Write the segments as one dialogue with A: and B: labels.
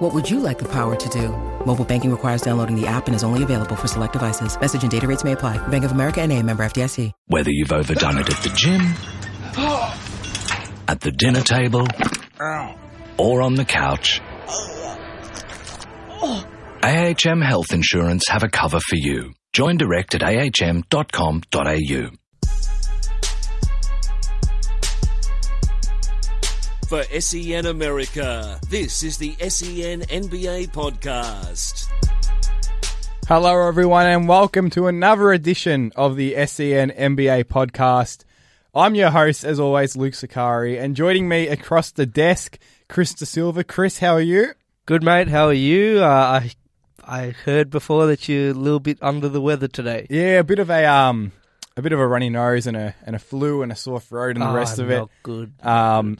A: What would you like the power to do? Mobile banking requires downloading the app and is only available for select devices. Message and data rates may apply. Bank of America and a member FDIC.
B: Whether you've overdone it at the gym, at the dinner table, or on the couch, AHM Health Insurance have a cover for you. Join direct at ahm.com.au.
C: For SEN America, this is the E SEN NBA podcast.
D: Hello, everyone, and welcome to another edition of the E SEN NBA podcast. I'm your host, as always, Luke Sakari, and joining me across the desk, Chris De Silva. Chris, how are you?
E: Good mate, how are you? Uh, I I heard before that you're a little bit under the weather today.
D: Yeah, a bit of a um, a bit of a runny nose and a and a flu and a sore throat and the
E: Ah,
D: rest of it. oh,
E: Not good.
D: Um,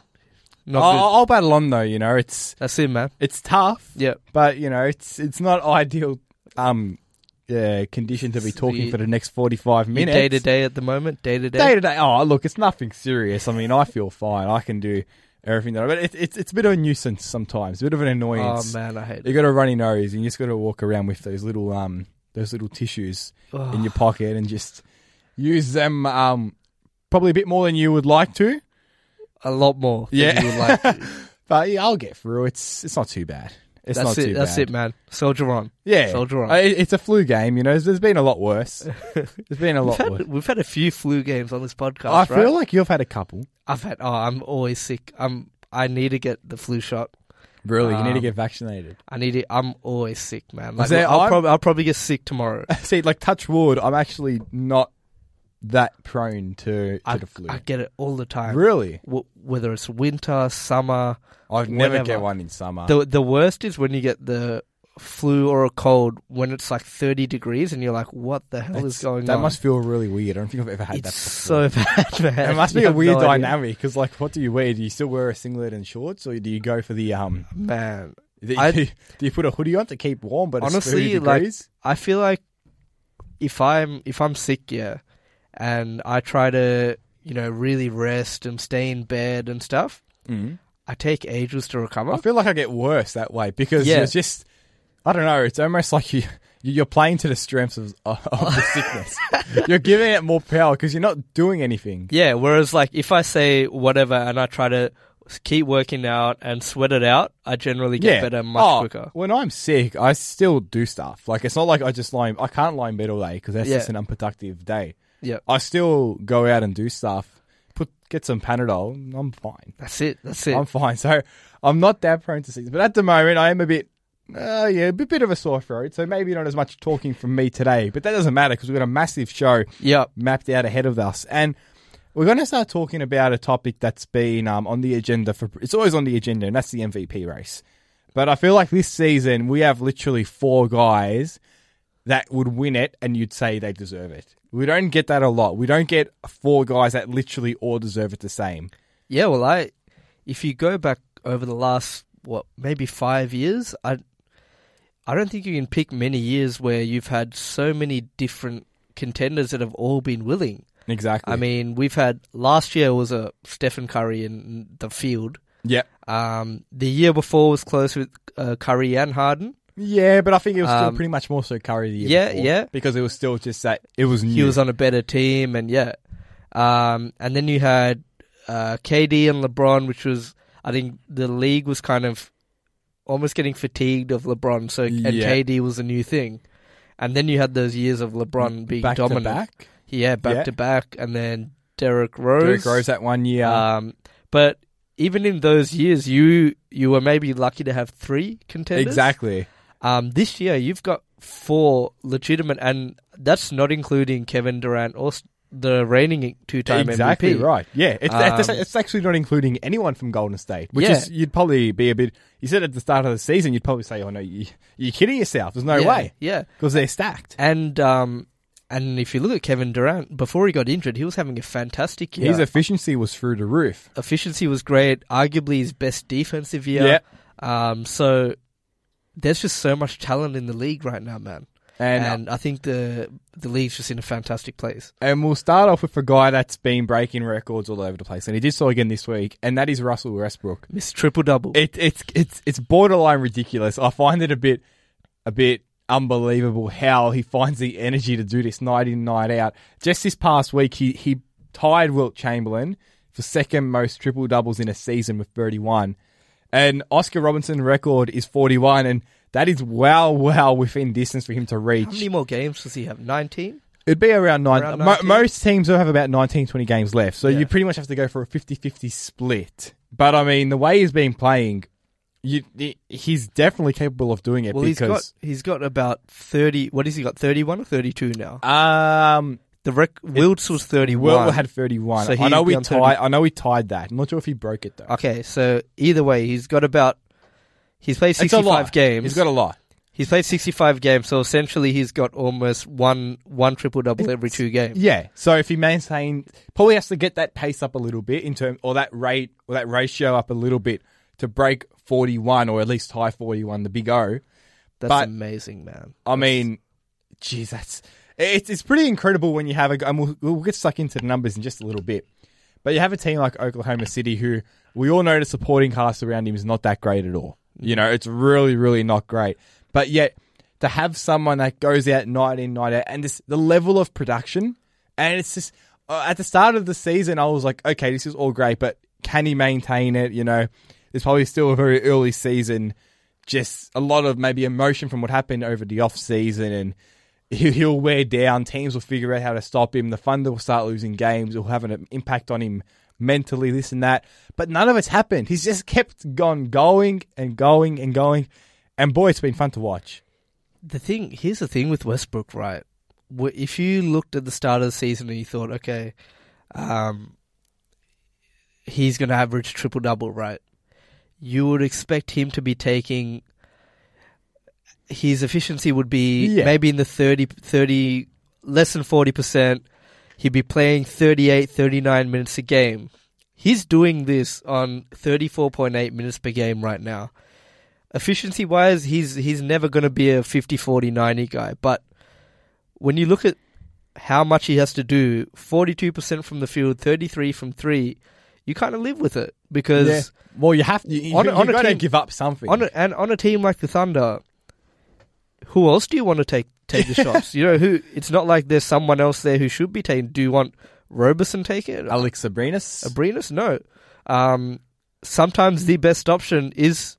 E: Not
D: I'll,
E: good.
D: I'll battle on though. You know, it's
E: That's it, man.
D: it's tough.
E: Yep.
D: but you know, it's it's not ideal. Um, yeah, condition to be talking
E: the-
D: for the next forty five
E: Your
D: minutes.
E: Day to day at the moment. Day to
D: day
E: day.
D: to day. Oh, look, it's nothing serious. I mean, I feel fine. I can do everything that. I, but it, it's it's a bit of a nuisance sometimes. A bit of an
E: Oh
D: annoyance.
E: man, I hate
D: You
E: it.
D: got a runny nose, and you just got to walk around with those little um those little tissues in your pocket, and just use them um probably a bit more than you would like to.
E: A lot more. than
D: Yeah.
E: you would like to.
D: But yeah, I'll get through. It's it's not too bad. It's
E: That's
D: not
E: it.
D: too
E: That's
D: bad.
E: it, man. Soldier on.
D: Yeah,
E: Soldier on.
D: Uh, it- it's a flu game. You know, there's, there's been a lot worse. There's been a
E: We've
D: lot worse.
E: had, we've had a few flu games on this podcast.
D: I
E: right?
D: feel like you've had a couple.
E: I've had. Oh, I'm always sick. I'm. I need to get the flu shot.
D: Really, you need to
E: Um,
D: get vaccinated.
E: I need it. I'm always sick, man. Like,
D: there-
E: I'll,
D: I'm-
E: probably, I'll probably get sick tomorrow.
D: See, like touch wood, I'm actually not that prone to, to
E: I,
D: the flu.
E: I get it all the time.
D: really?
E: W- whether it's winter, summer,
D: I've never
E: Whenever.
D: get one in summer.
E: The the worst is when you get the flu or a cold when it's like 30 degrees and you're like, what the hell
D: It's-
E: is going
D: that
E: on?
D: must feel really weird. I don't think I've ever had
E: it's
D: that.
E: so bad, man.
D: before. it must be
E: You
D: a
E: have
D: weird
E: no idea.
D: dynamic because, like, what do you wear? Do you still wear a singlet and shorts, or do you go for the um?
E: man.
D: Do you,
E: I-
D: do you put a hoodie on to keep warm? But
E: Honestly,
D: it's 30
E: like
D: degrees?
E: I feel like if I'm if I'm sick, yeah, and I try to you know really rest and stay in bed and stuff,
D: Mhm.
E: I take ages to recover.
D: I feel like I get worse that way because
E: Yeah.
D: it's just I don't know. It's almost like you you're playing to the strengths of, of the sickness. you're giving it more power because you're not doing anything.
E: Yeah, whereas like if I say whatever and I try to keep working out and sweat it out, I generally get better much
D: Oh,
E: quicker.
D: When I'm sick, I still do stuff. Like it's not like I just lie. In, I can't lie in bed all day because that's
E: Yeah.
D: just an unproductive day.
E: Yeah.
D: I still go out and do stuff. Put get some Panadol. And I'm fine.
E: That's it. That's it.
D: I'm fine. So I'm not that prone to sickness, but at the moment I am a bit. Uh, yeah, a bit, bit of a sore throat, so maybe not as much talking from me today, but that doesn't matter because we've got a massive show
E: Yep.
D: mapped out ahead of us. And we're going to start talking about a topic that's been um, on the agenda for it's always on the agenda, and that's the MVP race. But I feel like this season we have literally four guys that would win it, and you'd say they deserve it. We don't get that a lot. We don't get four guys that literally all deserve it the same.
E: Yeah, well I if you go back over the last what, maybe five years, I I don't think you can pick many years where you've had so many different contenders that have all been willing.
D: Exactly.
E: I mean, we've had last year was a Stephen Curry in the field.
D: yeah,
E: Um, the year before was close with uh, Curry and Harden.
D: yeah, but I think it was still
E: Um,
D: pretty much more so Curry the year
E: yeah,
D: before,
E: yeah.
D: because it was still just that it was new.
E: he was on a better team, and yeah. Um, and then you had uh, KD and LeBron, which was I think the league was kind of almost getting fatigued of LeBron, so and
D: Yeah.
E: KD was a new thing. And then you had those years of LeBron being
D: back
E: dominant,
D: to back.
E: yeah, back
D: Yeah.
E: to back, and then Derek Rose,
D: Derrick Rose that one year.
E: Um, but even in those years, you you were maybe lucky to have three contenders.
D: exactly.
E: Um, this year you've got four legitimate, and that's not including Kevin Durant or s- the reigning two-time
D: exactly
E: MVP.
D: right. Yeah, it's, it's,
E: Um,
D: it's actually not including anyone from Golden State, which
E: Yeah.
D: is you'd probably be a bit. You said at the start of the season, you'd probably say, "Oh no, you, you're kidding yourself. There's no
E: yeah,
D: way
E: Yeah,
D: because they're stacked."
E: and um, And if you look at Kevin Durant, before he got injured, he was having a fantastic year.
D: His efficiency was through the roof.
E: efficiency was great, arguably his best defensive year. Um, so there's just so much talent in the league right now, man.
D: And, uh, and
E: and I think the the league's just in a fantastic place.
D: we'll start off with a guy that's been breaking records all over the place, and he did so again this week, and that is Russell Westbrook.
E: Miss triple double.
D: It, it's it's it's borderline ridiculous. I find it a bit a bit unbelievable how he finds the energy to do this night in night out. Just this past week, he he tied Wilt Chamberlain for second most triple doubles in a season with 31, and Oscar Robinson's record is 41, and that is well well within distance for him to reach.
E: How many more games does he have? Nineteen.
D: It'd be around nine.
E: Around
D: mo-
E: 19?
D: most teams will have about 19, 20 games left. So
E: Yeah.
D: you pretty much have to go for a 50 50 split. But I mean, the way he's been playing, you, he- he's definitely capable of doing it
E: Well, he's got
D: because.
E: he's got about thirty. What is he got? Thirty one or thirty two now?
D: um,
E: The rec- Wilts was thirty one.
D: Will had 31.
E: So
D: I know
E: he's
D: we
E: down
D: tied.
E: 30.
D: I know he tied that. I'm not sure if he broke it though.
E: okay, so either way, he's got about. He's played
D: It's a
E: sixty
D: lot.
E: five games.
D: He's got a lot.
E: He's played 65 games, so essentially he's got almost one one triple double every two games.
D: Yeah. So if he maintains, probably has to get that pace up a little bit in term, or that rate or that ratio up a little bit to break 41 or at least high 41, the big O.
E: That's
D: but-
E: amazing, man.
D: I mean, geez, that's it's it's pretty incredible when you have a g- and we'll, we'll get stuck into the numbers in just a little bit, but you have a team like Oklahoma City who we all know the supporting cast around him is not that great at all. You know, it's really really not great, but yet to have someone that goes out night in night out and this the level of production and it's just uh, at the start of the season I was like, okay, this is all great, but can he maintain it? You know, it's probably still a very early season just a lot of maybe emotion from what happened over the off season and he- he'll wear down teams will figure out how to stop him the thunder will start losing games it'll have an impact on him mentally this and that but none of it's happened he's just kept gone going and going and going and boy it's been fun to watch
E: The thing here's the thing with Westbrook, right? Wh- If you looked at the start of the season and you thought, okay, um, he's going to average triple double, right? You would expect him to be taking. His efficiency would be
D: Yeah.
E: maybe in the 30, 30 less than 40%. He'd be playing 38, 39 minutes a game. He's doing this on 34.8 minutes per game right now. Efficiency wise, he's he's never going to be a 50 40 90 guy, but when you look at how much he has to do, 42% from the field, 33 from 3, you kind of live with it because
D: well you have to you,
E: On a-
D: you,
E: on a
D: gotta
E: team-
D: give up something
E: on a, and on a team like the Thunder, who else do you want to take take the shots? You know who? It's not like there's someone else there who should be taken. Do you want Roberson take it?
D: Alex Sabrinas
E: Abrinas? No. Um, sometimes the best option is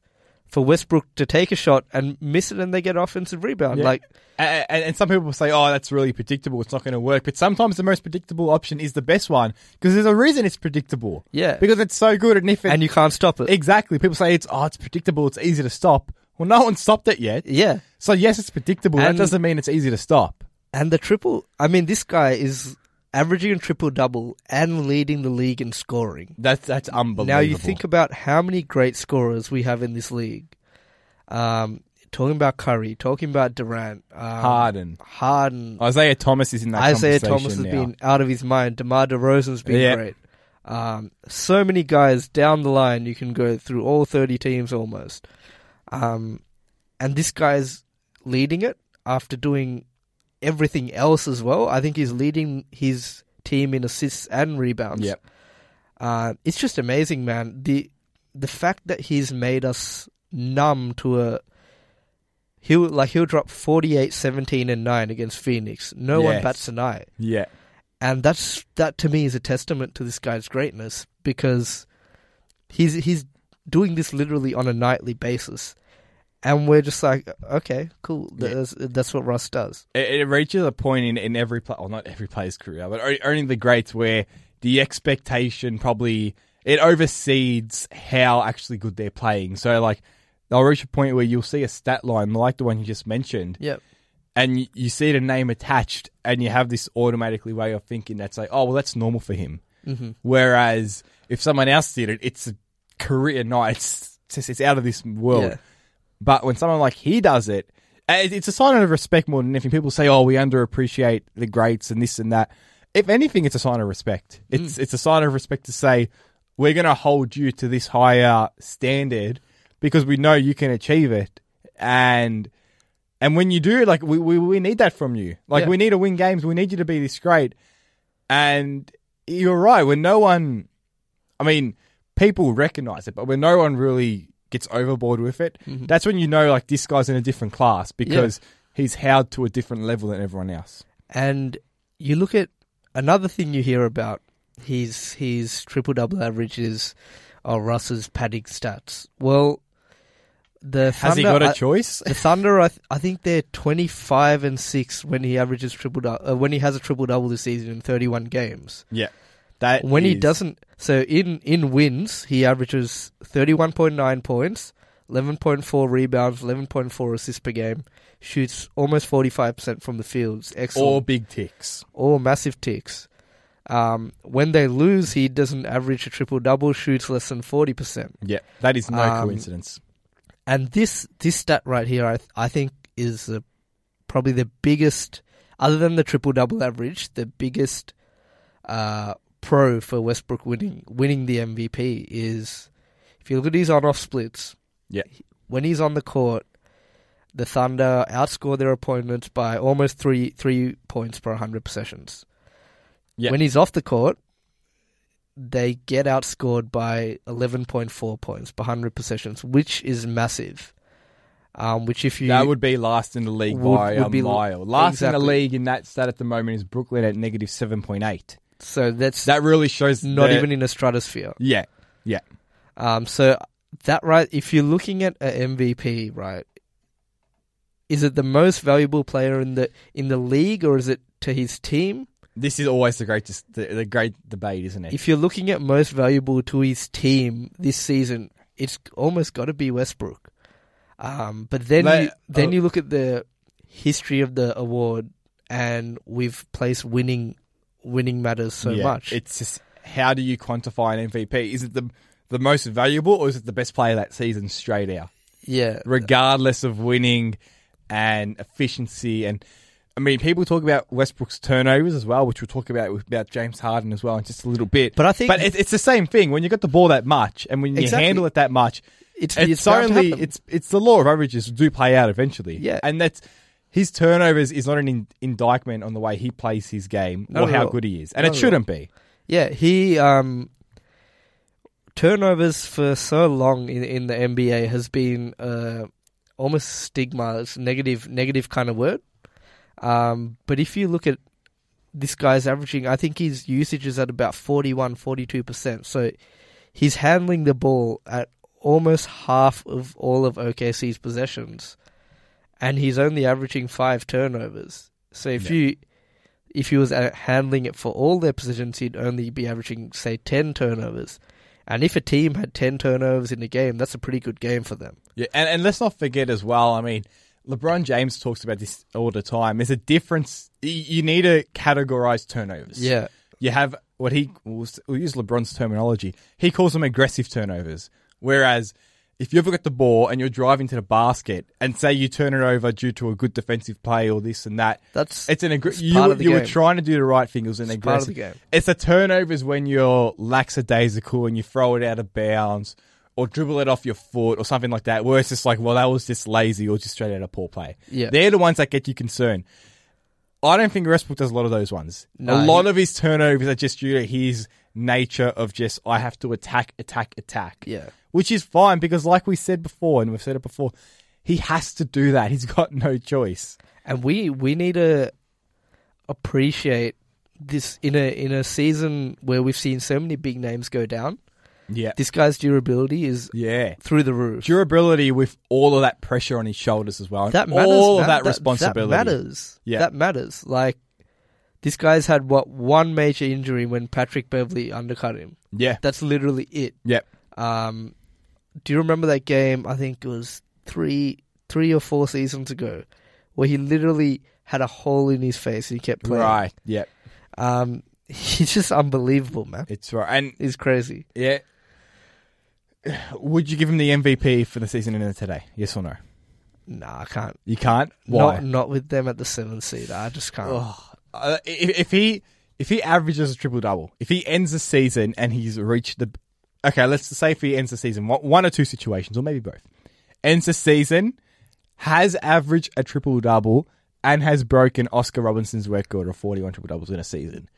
E: for Westbrook to take a shot and miss it, and they get offensive rebound.
D: Yeah.
E: Like
D: and, and some people say, "Oh, that's really predictable. It's not going to work." But sometimes the most predictable option is the best one because there's a reason it's predictable.
E: Yeah.
D: because it's so good. And if it,
E: and you can't stop it.
D: exactly, people say it's oh, it's predictable. It's easy to stop. Well, no one stopped it yet.
E: yeah.
D: So yes, it's predictable.
E: And-
D: that doesn't mean it's easy to stop.
E: And the triple. I mean, this guy is averaging a triple double and leading the league in scoring.
D: That's that's unbelievable.
E: Now you think about how many great scorers we have in this league. Um, talking about Curry, talking about Durant, um,
D: Harden,
E: Harden,
D: Isaiah Thomas is in that.
E: Isaiah
D: conversation
E: Thomas has
D: now.
E: been out of his mind. DeMar DeRozan's been
D: Yeah.
E: great. Um, so many guys down the line. You can go through all thirty teams almost, um, and this guy's leading it after doing everything else as well. I think he's leading his team in assists and rebounds.
D: Yep.
E: Uh, it's just amazing, man. The the fact that he's made us numb to a he'll like he'll drop 48 17 and 9 against Phoenix. No one
D: Yes.
E: bats an eye.
D: Yeah.
E: And that's that to me is a testament to this guy's greatness because he's he's doing this literally on a nightly basis. And we're just like, okay, cool. That's, that's what Russ does.
D: it, it reaches a point in, in every play, well, not every player's career, but o- only the greats where the expectation probably it overseeds how actually good they're playing. So like they'll reach a point where you'll see a stat line like the one you just mentioned,
E: Yep.
D: and you, you see the name attached, and you have this automatically way of thinking that's like, oh well, that's normal for him. Mm-hmm. Whereas if someone else did it, it's a career night. It's it's, it's out of this world.
E: Yeah.
D: But when someone like he does it, Uh, it- It's a sign of respect more than anything. People say, "Oh, we underappreciate the greats and this and that." If anything, it's a sign of respect. It's it's a sign of respect to say we're going to hold you to this higher standard because we know you can achieve it, and and when you do, like we we, we need that from you. Like
E: Yeah.
D: we need to win games. We need you to be this great. And you're right. When no one, I mean, people recognize it, but when no one really gets overboard with it,
E: Mm-hmm.
D: that's when you know like this guy's in a different class because he's held to a different level than everyone else.
E: And you look at another thing you hear about his his triple double average is oh, Russ's padding stats. Well, the uh,
D: Has he
E: Thunder-
D: got a
E: I-
D: choice?
E: The Thunder, I, th- I think they're twenty five and six when he averages triple dou- uh, when he has a triple double this season in thirty one games.
D: yeah, that
E: When he
D: is-
E: doesn't, so in in wins he averages thirty one point nine points, eleven point four rebounds, eleven point four assists per game, shoots almost forty five percent from the fields,
D: or
E: excellent,
D: big ticks.
E: or massive ticks. Um, when they lose, he doesn't average a triple double, shoots less than forty percent.
D: Yeah, that is no
E: Um,
D: coincidence.
E: And this this stat right here, I th- I think is the, probably the biggest, other than the triple double average, the biggest uh, pro for Westbrook winning winning the MVP is if you look at his on off splits.
D: Yeah.
E: when he's on the court, the Thunder outscore their opponents by almost three three points per hundred possessions.
D: Yeah.
E: when he's off the court. They get outscored by 11.4 points per 100 possessions, which is massive. Um, which, if you
D: That would be last in the league
E: Would-
D: by
E: would
D: a
E: be-
D: mile. Last in the
E: exactly.
D: league in that stat at the moment is Brooklyn at negative seven point eight.
E: so that's
D: That really shows
E: not
D: the-
E: even in a stratosphere.
D: yeah, yeah.
E: Um, so that right, if you're looking at a MVP, right, is it the most valuable player in the in the league, or is it to his team?
D: This is always the greatest, the, the great debate, isn't it?
E: If you're looking at most valuable to his team this season, it's almost got to be Westbrook. Um, but then
D: Like,
E: you, then
D: uh,
E: you look at the history of the award, and we've placed winning winning matters so
D: Yeah,
E: much.
D: It's just how do you quantify an MVP? Is it the the most valuable, or is it the best player that season straight out?
E: yeah,
D: regardless of winning and efficiency. And I mean, people talk about Westbrook's turnovers as well, which we'll talk about with- about James Harden as well in just a little bit.
E: But I think-
D: but it, it's the same thing when you got the ball that much and when you
E: Exactly.
D: handle it that much.
E: it's,
D: It's,
E: bound to
D: only
E: happen.
D: it's it's the law of averages do play out eventually.
E: Yeah.
D: and that's. His turnovers is not an in- indictment on the way he plays his game
E: Not
D: or
E: at
D: how
E: all.
D: good he is, and
E: Not
D: it
E: at
D: shouldn't be.
E: Yeah, he um, turnovers for so long in in the NBA has been uh, almost stigma. It's a negative negative kind of word. Um, but if you look at this guy's averaging, I think his usage is at about 41, 42 percent. So he's handling the ball at almost half of all of OKC's possessions, and he's only averaging five turnovers. So if you if he was uh, handling it for all their positions, he'd only be averaging, say, 10 turnovers. And if a team had 10 turnovers in a game, that's a pretty good game for them.
D: Yeah, and, and let's not forget as well. I mean, LeBron James talks about this all the time. There's a difference. y- You need to categorize turnovers. you have what he we'll s- we'll use LeBron's terminology. He calls them aggressive turnovers. Whereas if you ever got the ball and you're driving to the basket and say you turn it over due to a good defensive play or this and that,
E: That's
D: it's an aggr-
E: it's
D: you,
E: part
D: were-
E: of the
D: you were
E: game.
D: trying to do the right thing. It was an
E: It's
D: aggressive.
E: part of the game.
D: It's the turnovers when you're lackadaisical and you throw it out of bounds or dribble it off your foot or something like that. Where it's just like, well, that was just lazy or just straight out of poor play.
E: Yeah.
D: they're the ones that get you concerned. I don't think Westbrook does a lot of those ones.
E: No,
D: a
E: he-
D: lot of his turnovers are just due to his nature of just I have to attack, attack, attack.
E: Yeah.
D: which is fine because, like we said before, and we've said it before, he has to do that. He's got no choice.
E: And we, we need to appreciate this in a in a season where we've seen so many big names go down.
D: Yeah,
E: This guy's durability is
D: yeah.
E: through the roof.
D: durability with all of that pressure on his shoulders as well. and
E: that matters.
D: all of
E: man.
D: that, responsibility.
E: That matters.
D: Yeah.
E: That matters. Like this guy's had what one major injury when Patrick Beverly undercut him.
D: Yeah.
E: That's literally it.
D: Yep.
E: Um, do you remember that game? I think it was three, three or four seasons ago, where he literally had a hole in his face and he kept playing.
D: Right. Yep.
E: Um, he's just unbelievable, man.
D: It's right. And
E: He's crazy.
D: yeah. Would you give him the MVP for the season ended today? Yes or no?
E: Nah, I can't.
D: You can't. Why?
E: Not, not with them at the seven seed. I just can't.
D: Ugh. Uh, if, if he if he averages a triple double, if he ends the season and he's reached the okay, let's say if he ends the season one, one or two situations, or maybe both, ends the season, has averaged a triple double, and has broken Oscar Robinson's record of forty one triple doubles in a season.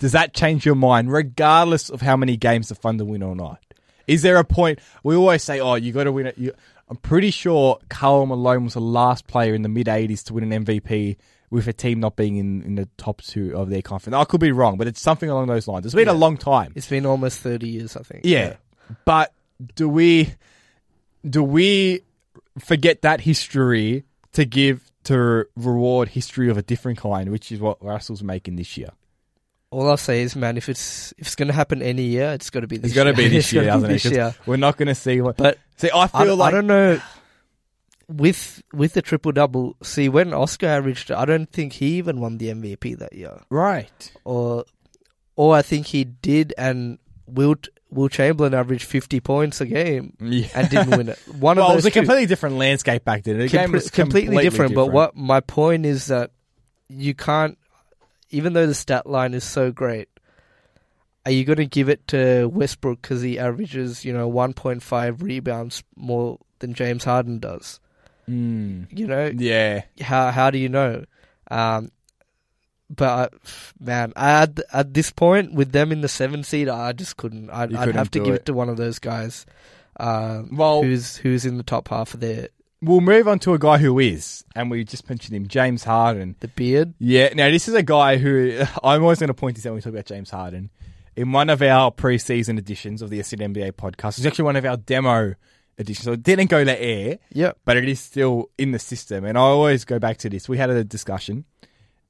D: Does that change your mind, regardless of how many games the Thunder win or not? Is there a point? We always say, "Oh, you got to win it." You, I'm pretty sure Carl Malone was the last player in the mid '80s to win an MVP with a team not being in, in the top two of their conference. I could be wrong, but it's something along those lines. It's been a long time.
E: It's been almost thirty years, I think.
D: Yeah. But do we do we forget that history to give to reward history of a different kind, which is what Russell's making this year?
E: All I'll say is, man, if it's if it's going to happen any year, it's got to be this
D: It's going to
E: year.
D: be this year,
E: gotta
D: doesn't
E: be
D: it?
E: this
D: 'Cause
E: year.
D: We're not going to see what.
E: But
D: see, I
E: I,
D: feel like
E: I don't know. With with the triple double, see when Oscar averaged, I don't think he even won the MVP that year,
D: right.
E: or or I think he did, and Wilt Will Chamberlain averaged fifty points a game
D: Yeah.
E: and didn't win it. One
D: well,
E: of
D: it
E: those
D: was a
E: two.
D: completely different landscape back then. The
E: Com-
D: game was
E: completely, different, But what my point is that you can't, even though the stat line is so great, are you going to give it to Westbrook because he averages, you know, one point five rebounds more than James Harden does?
D: Mm.
E: You know,
D: Yeah.
E: how how do you know? Um, but I, man, I, at at this point with them in the seven seed, I just couldn't. I, I'd
D: You couldn't
E: have to
D: do
E: give
D: it.
E: it to one of those guys. Um,
D: Well,
E: who's who's in the top half of their
D: we'll move on to a guy who is, and we just mentioned him, James Harden.
E: the beard?
D: Yeah, now this is a guy who I'm always going to point this out when we talk about James Harden. In one of our preseason editions of the SN NBA podcast, it's actually one of our demo editions, so it didn't go to air,
E: Yep.
D: but it is still in the system. And I always go back to this. We had a discussion,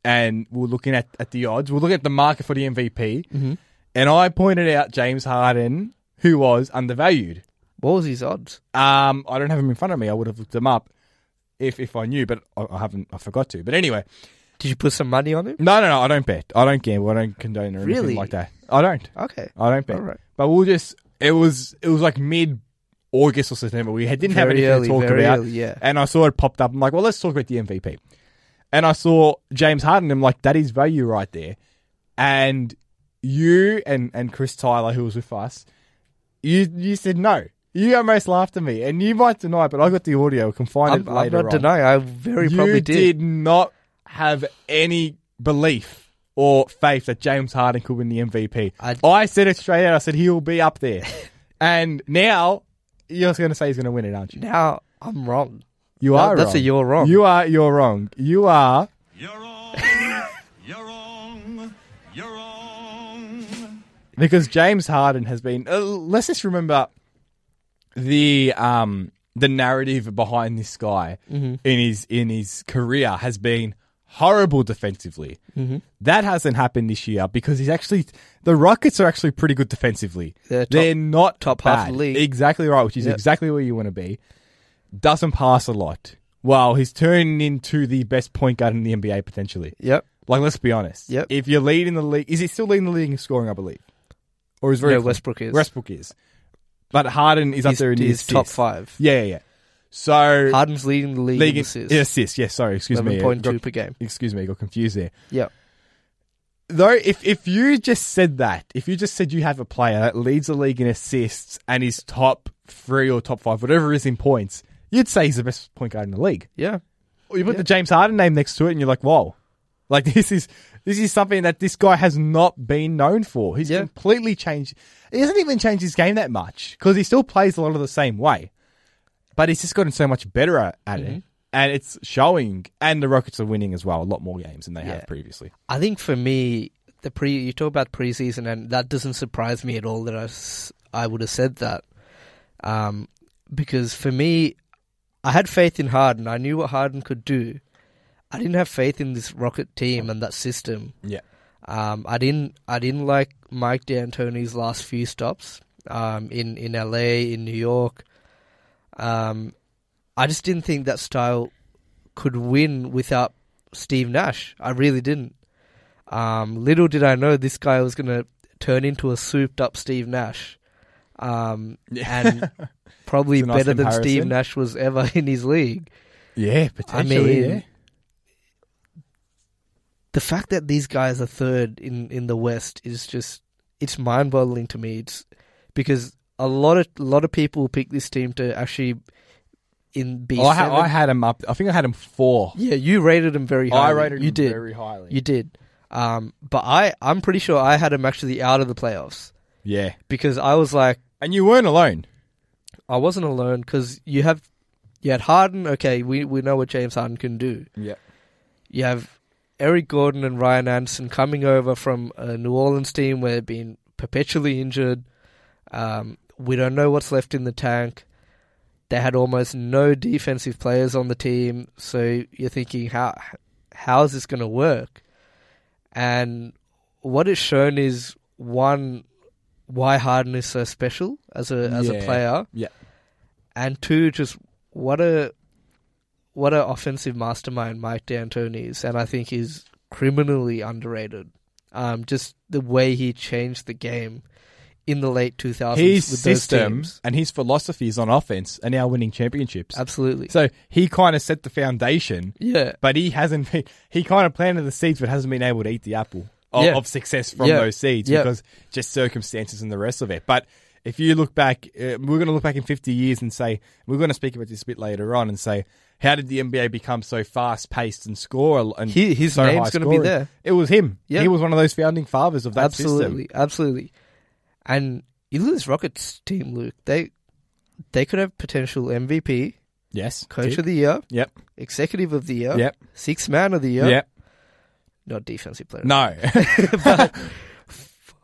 D: and we we're looking at, at the odds. We're looking at the market for the MVP, and I pointed out James Harden, who was undervalued.
E: What was his odds?
D: Um, I don't have him in front of me. I would have looked him up if if I knew, but I, I haven't. I forgot to. But anyway,
E: Did you put some money on him?
D: no, no, no. I don't bet. I don't gamble. I don't condone or anything
E: Really?
D: like that. I don't.
E: Okay.
D: I don't bet.
E: Alright.
D: But we'll just. It was. It was like mid August or September. We had- didn't have
E: Very
D: anything
E: early,
D: to talk
E: very
D: about.
E: early, yeah.
D: And I saw it popped up. I'm like, well, let's talk about the MVP. And I saw James Harden. I'm like, that is value right there. And you and and Chris Tyler, who was with us, you you said no. You almost laughed at me, and you might deny, but I got the audio. We can find
E: I'm,
D: it
E: I'm
D: later
E: not
D: on
E: denying. I very
D: you
E: probably did.
D: not have any belief or faith that James Harden could win the MVP.
E: I-
D: I, said it straight out. I said he'll be up there, and now you're going to say he's going to win it, aren't you?
E: Now I'm wrong.
D: You
E: That-
D: are.
E: that's a
D: wrong.
E: you're wrong.
D: You are. You're wrong. You are.
F: You're wrong. You're wrong. You're wrong.
D: because James Harden has been. Uh, let's just remember the um the narrative behind this guy
E: Mm-hmm.
D: in his in his career has been horrible defensively.
E: Mm-hmm.
D: That hasn't happened this year because he's actually the Rockets are actually pretty good defensively.
E: They're top-
D: They're not
E: top half
D: bad.
E: of the league.
D: Exactly right, which is
E: Yep.
D: exactly where you want to be. Doesn't pass a lot. Wow, he's turning into the best point guard in the NBA potentially.
E: Yep.
D: Like, let's be honest.
E: Yep.
D: If you're leading the league, is he still leading the league in scoring? I believe, or is very
E: No, Westbrook is.
D: Westbrook is, but Harden is up
E: He's,
D: there in
E: he's
D: his
E: top five.
D: Yeah, yeah, yeah. So
E: Harden's leading the league
D: league
E: in assists.
D: Yeah, assists. Yeah, sorry, excuse me. I
E: Eleven point two
D: got-
E: per game.
D: Excuse me, I got confused there.
E: Yep.
D: Though, if if you just said that, if you just said you have a player that leads the league in assists and is top three or top five, whatever it is in points, you'd say he's the best point guard in the league.
E: Yeah.
D: Or you put the James Harden name next to it, and you're like, "Wow, like this is this is something that this guy has not been known for. He's
E: Yeah.
D: completely changed. He hasn't even changed his game that much because he still plays a lot of the same way, but he's just gotten so much better at at
E: Mm-hmm.
D: it, and it's showing. And the Rockets are winning as well, a lot more games than they
E: Yeah.
D: have previously.
E: I think for me, the pre you talk about preseason, and that doesn't surprise me at all that I, s- I would have said that, um, because for me, I had faith in Harden. I knew what Harden could do. I didn't have faith in this Rocket team and that system.
D: Yeah,
E: Um, I didn't I didn't like Mike D'Antoni's last few stops um, in in LA in New York. Um, I just didn't think that style could win without Steve Nash. I really didn't. Um, little did I know this guy was going to turn into a souped up Steve Nash, um, and probably
D: It's a nice
E: better than Steve
D: comparison.
E: Nash was ever in his league.
D: Yeah, potentially.
E: mean-
D: yeah.
E: The fact that these guys are third in, in the West is just it's mind boggling to me. It's because a lot of a lot of people pick this team to actually in B
D: Oh, I, ha-
E: seven.
D: I had him up. I think I had him four.
E: yeah, you rated them very highly.
D: I rated
E: you
D: him
E: did.
D: very highly.
E: You did. Um, but I, I'm pretty sure I had him actually out of the playoffs
D: yeah,
E: because I was like,
D: and you weren't alone.
E: I wasn't alone because you have, you had Harden. Okay, we, we know what James Harden can do.
D: Yeah,
E: You have Eric Gordon and Ryan Anderson coming over from a New Orleans team where they've been perpetually injured. Um, we don't know what's left in the tank. They had almost no defensive players on the team, so you're thinking how how is this going to work? And what it's shown is one why Harden is so special as a as a
D: Yeah.
E: player,
D: Yeah.
E: and two just what a what a offensive mastermind Mike D'Antoni is, and I think he's criminally underrated. Um, just the way he changed the game in the late 2000s
D: his
E: with those
D: system
E: teams.
D: and his philosophies on offense are now winning championships.
E: Absolutely.
D: So he kind of set the foundation,
E: yeah.
D: but he hasn't been. He kind of planted the seeds, but hasn't been able to eat the apple of,
E: Yeah.
D: of success from
E: Yeah.
D: those seeds
E: Yeah.
D: because just circumstances and the rest of it. But if you look back, uh, we're going to look back in 50 years and say we're going to speak about this a bit later on and say. How did the NBA become so fast paced and score? And
E: He- his
D: so
E: name's
D: high
E: gonna be
D: scoring?
E: there.
D: It was him.
E: Yeah.
D: He was one of those founding fathers of that
E: absolutely.
D: system.
E: Absolutely. And you look at this Rockets team, Luke. They they could have potential MVP,
D: Yes.
E: coach
D: Tip.
E: of the year,
D: Yep.
E: executive of the year,
D: Yep.
E: sixth man of the year,
D: Yep.
E: not defensive player.
D: No.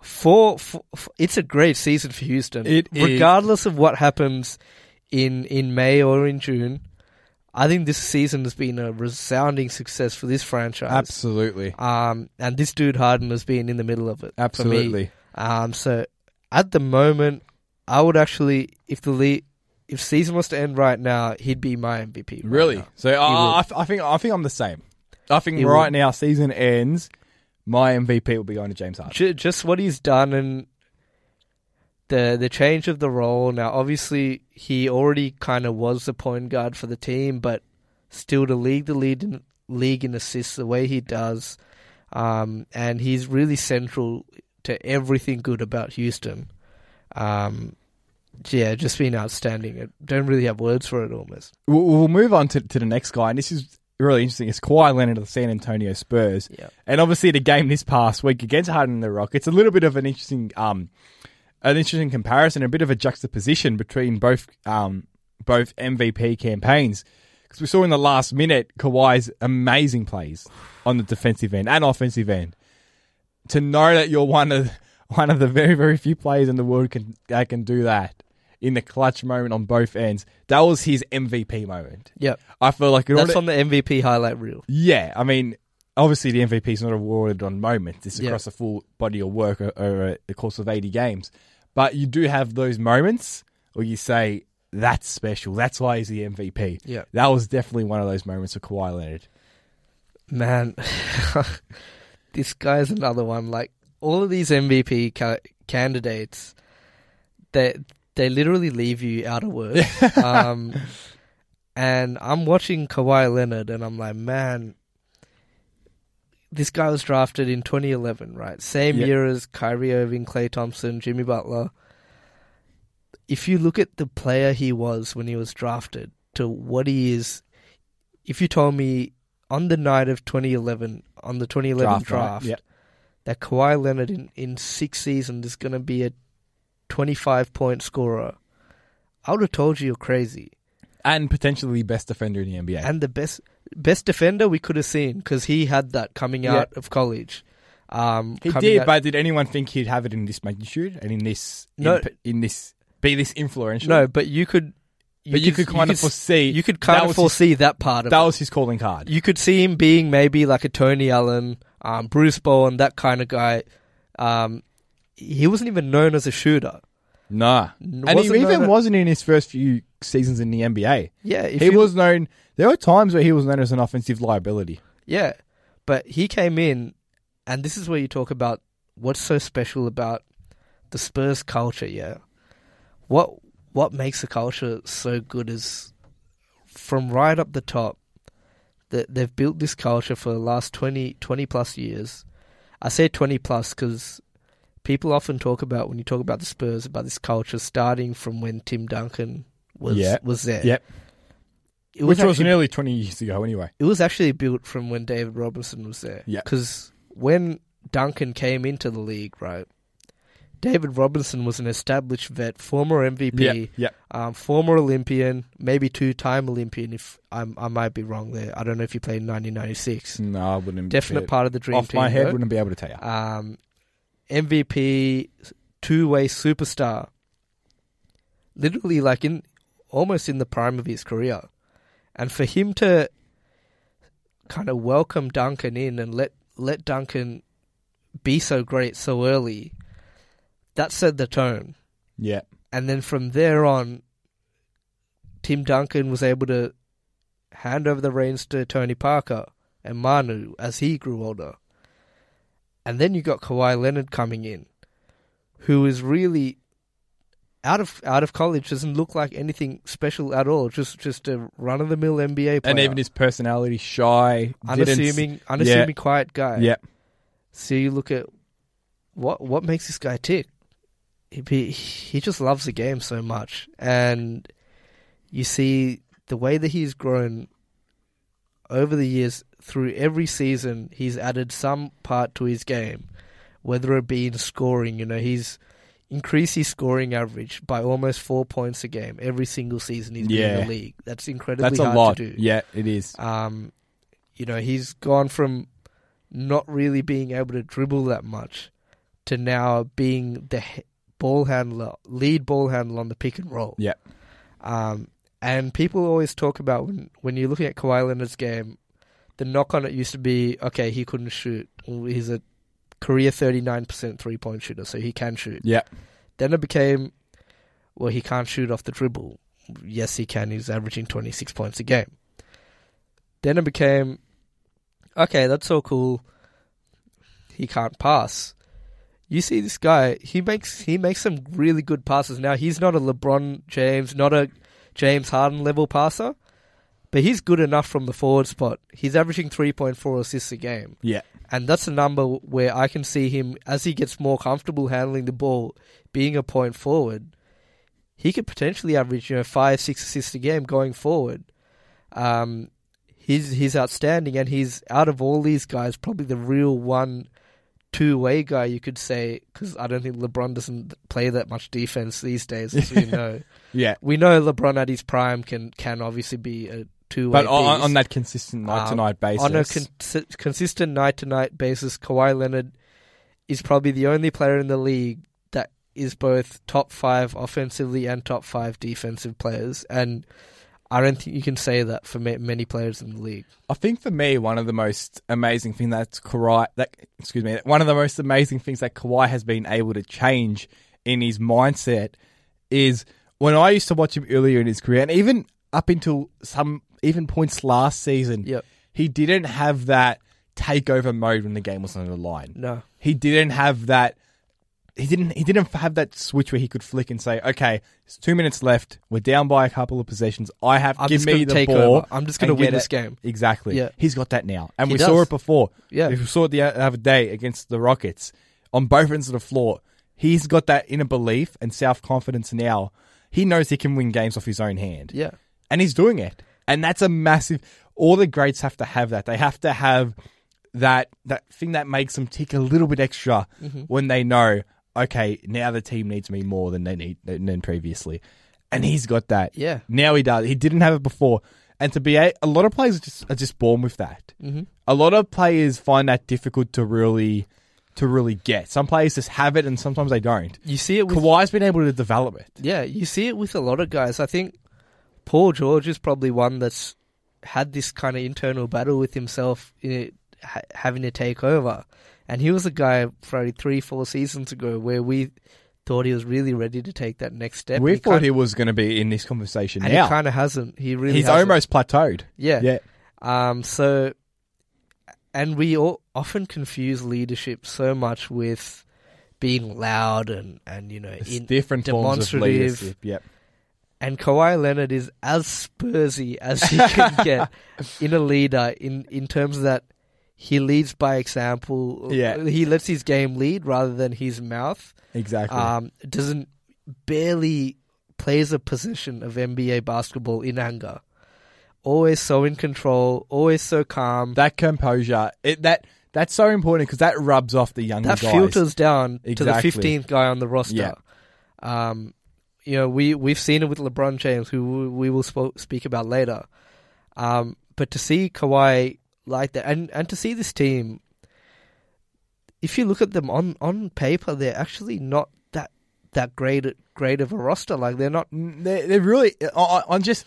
E: Four, four, f it's a great season for Houston.
D: It is.
E: regardless of what happens in in May or in June, I think this season has been a resounding success for this franchise.
D: Absolutely.
E: Um, and this dude Harden has been in the middle of it. for me.
D: Absolutely.
E: Um, so at the moment, I would actually, if the league, if season was to end right now, he'd be my MVP. right
D: Really?
E: now.
D: So uh,
E: will.
D: I, th- I think I think I'm the same. I think
E: He
D: right
E: will.
D: now season ends, my MVP will be going to James Harden.
E: Ju- just what he's done and the the change of the role. Now, obviously, he already kind of was the point guard for the team, but still to lead the lead in, league in assists the way he does, um, and he's really central to everything good about Houston. Um, yeah, just been outstanding. I don't really have words for it almost.
D: We'll, we'll move on to, to the next guy, and this is really interesting. It's Kawhi Leonard of the San Antonio Spurs,
E: Yeah.
D: and obviously the game this past week against Harden and the Rockets. A little bit of an interesting, um, an interesting comparison, a bit of a juxtaposition between both, um, both MVP campaigns. Because we saw in the last minute Kawhi's amazing plays on the defensive end and offensive end. To know that you're one of one of the very very few players in the world can that can do that in the clutch moment on both ends. That was his MVP moment.
E: Yep.
D: I feel like it
E: That's
D: ought
E: on the MVP highlight reel.
D: yeah, I mean, obviously the MVP is not awarded on moments. It's
E: Yeah.
D: across a full body of work o- over the course of 80 games. But you do have those moments where you say, that's special. That's why he's the MVP.
E: Yeah.
D: That was definitely one of those moments for Kawhi Leonard.
E: Man, this guy's another one. Like all of these MVP ca- candidates, they they literally leave you out of words. um, and I'm watching Kawhi Leonard, and I'm like, man, this guy was drafted in 2011, right? Same
D: Yeah.
E: year as Kyrie Irving, Clay Thompson, Jimmy Butler. If you look at the player he was when he was drafted to what he is, if you told me on the night of 2011, on the 2011 draft,
D: right? Yeah.
E: that Kawhi Leonard in, in six seasons is going to be a 25 point scorer, I would have told you you're crazy.
D: And potentially best defender in the NBA.
E: And the best best defender we could have seen because he had that coming
D: Yeah.
E: out of college. Um,
D: he
E: coming
D: did,
E: out-
D: but did anyone think he'd have it in this magnitude and in this,
E: No.
D: imp- in this, be this influential?
E: no, but you could.
D: But you could kinda foresee-
E: You could
D: that
E: kind of
D: was his-
E: foresee that part of
D: That
E: it.
D: was his calling card.
E: you could see him being maybe like a Tony Allen, um, Bruce Bowen, that kind of guy. Um, he wasn't even known as a shooter.
D: Nah.
E: N-
D: and he
E: wasn't
D: even
E: known-
D: wasn't in his first few seasons in the NBA.
E: Yeah, if
D: he
E: you-
D: was known. There were times where he was known as an offensive liability.
E: Yeah, but he came in, and this is where you talk about what's so special about the Spurs culture. Yeah, what what makes the culture so good is from right up the top. that they've built this culture for the last 20, 20 plus years. I say 20 plus because people often talk about, when you talk about the Spurs, about this culture starting from when Tim Duncan was
D: Yeah.
E: was there.
D: Yep.
E: It
D: Which was
E: actually-
D: nearly 20 years ago, anyway.
E: it was actually built from when David Robinson was there.
D: Yeah.
E: Because when Duncan came into the league, right, David Robinson was an established vet, former MVP,
D: Yeah. Yep.
E: um, former Olympian, maybe two-time Olympian. If I'm, I might be wrong there. I don't know if he played in 1996.
D: No, I wouldn't.
E: Definite
D: be-
E: part of the dream
D: Off
E: team.
D: my head,
E: though.
D: wouldn't be able to tell you.
E: um, MVP, two-way superstar. Literally, like in almost in the prime of his career, and for him to kind of welcome Duncan in and let let Duncan be so great so early, that set the tone.
D: yeah.
E: And then from there on, Tim Duncan was able to hand over the reins to Tony Parker and Manu as he grew older. And then you got Kawhi Leonard coming in, who is really out of out of college, doesn't look like anything special at all. Just just a run of the mill NBA player,
D: And even his personality, shy, didn't-
E: unassuming, unassuming, quiet guy.
D: Yeah. Yep.
E: So you look at what what makes this guy tick. He- He he just loves the game so much, and you see the way that he's grown over the years. Through every season, he's added some part to his game, whether it be in scoring. You know, he's increased his scoring average by almost four points a game every single season he's been in
D: Yeah.
E: the league. That's incredibly
D: That's a
E: hard
D: lot.
E: to do.
D: Yeah, it is.
E: Um, you know, he's gone from not really being able to dribble that much to now being the he- ball handler, lead ball handler on the pick and roll.
D: Yeah.
E: Um, and people always talk about when, when you're looking at Kawhi Leonard's game, the knock on it used to be okay, he couldn't shoot. He's a career 39% three point shooter, so he can shoot.
D: Yeah.
E: Then it became, well, he can't shoot off the dribble. Yes, he can. He's averaging 26 points a game. Then it became, okay, that's so cool. He can't pass. You see this guy, he makes he makes some really good passes. Now he's not a LeBron James, not a James Harden level passer, but he's good enough from the forward spot. He's averaging 3.4 assists a game
D: Yeah.
E: and that's a number where I can see him as he gets more comfortable handling the ball, being a point forward. He could potentially average you know five six assists a game going forward. Um, he's he's outstanding, and he's out of all these guys probably the real one two way guy you could say because I don't think LeBron doesn't play that much defense these days as we know.
D: Yeah.
E: We know LeBron at his prime can can obviously be a two way.
D: But on, on that consistent night to night basis.
E: Um, Ah, on a con- consistent night to night basis, Kawhi Leonard is probably the only player in the league that is both top five offensively and top five defensive players. And I don't think you can say that for ma- many players in the league.
D: I think for me, one of the most amazing thing that's Kawhi, that excuse me, one of the most amazing things that Kawhi has been able to change in his mindset is when I used to watch him earlier in his career, and even up until some even points last season,
E: Yep.
D: he didn't have that takeover mode when the game was on the line.
E: No.
D: He didn't have that. He didn't. He didn't have that switch where he could flick and say, "Okay, it's two minutes left. We're down by a couple of possessions. I have
E: I'm
D: give
E: just
D: me
E: gonna
D: the
E: take
D: ball.
E: over. I'm just gonna
D: and
E: win
D: get
E: this
D: it."
E: game.
D: Exactly.
E: Yeah.
D: He's got that now, and
E: He
D: we saw
E: does.
D: it before.
E: Yeah.
D: we saw it the other day against the Rockets on both ends of the floor. He's got that inner belief and self confidence now. He knows he can win games off his own hand
E: Yeah.
D: and he's doing it. And that's a massive. All the greats have to have that. They have to have that that thing that makes them tick a little bit extra
E: Mm-hmm.
D: when they know, okay, now the team needs me more than they need than than previously. And he's got that.
E: Yeah.
D: Now he does. He didn't have it before. And to be a, a lot of players are just are just born with that. Mm-hmm. A lot of players find that difficult to really to really get. Some players just have it, and sometimes they don't.
E: You see it with
D: Kawhi's been able to develop it.
E: Yeah, you see it with a lot of guys. I think Paul George is probably one that's had this kind of internal battle with himself, you know, ha- having to take over. And he was a guy probably three, four seasons ago where we thought he was really ready to take that next step.
D: We
E: And
D: thought
E: kind-
D: he was going to be in this conversation
E: and
D: now.
E: he kind of hasn't. He really
D: he's
E: hasn't.
D: almost plateaued.
E: Yeah.
D: Yeah.
E: Um, so, and we all often confuse leadership so much with being loud and, and you know,
D: It's
E: in,
D: different forms of
E: demonstrative.
D: leadership. Yep.
E: And Kawhi Leonard is as Spursy as he can get in a leader in, in terms that he leads by example.
D: Yeah.
E: He lets his game lead rather than his mouth.
D: Exactly.
E: Um, doesn't barely plays a position of NBA basketball in anger. Always so in control, always so calm.
D: that composure, it, that that's so important because that rubs off the younger
E: that
D: guys.
E: filters down to the
D: Exactly.
E: 15th guy on the roster.
D: Yeah.
E: Um, you know, we, we've seen it with LeBron James, who we will spo- speak about later. Um, but to see Kawhi like that, and, and to see this team, if you look at them on, on paper, they're actually not that that great great of a roster. Like they're not
D: Mm, They're, they're really on, on just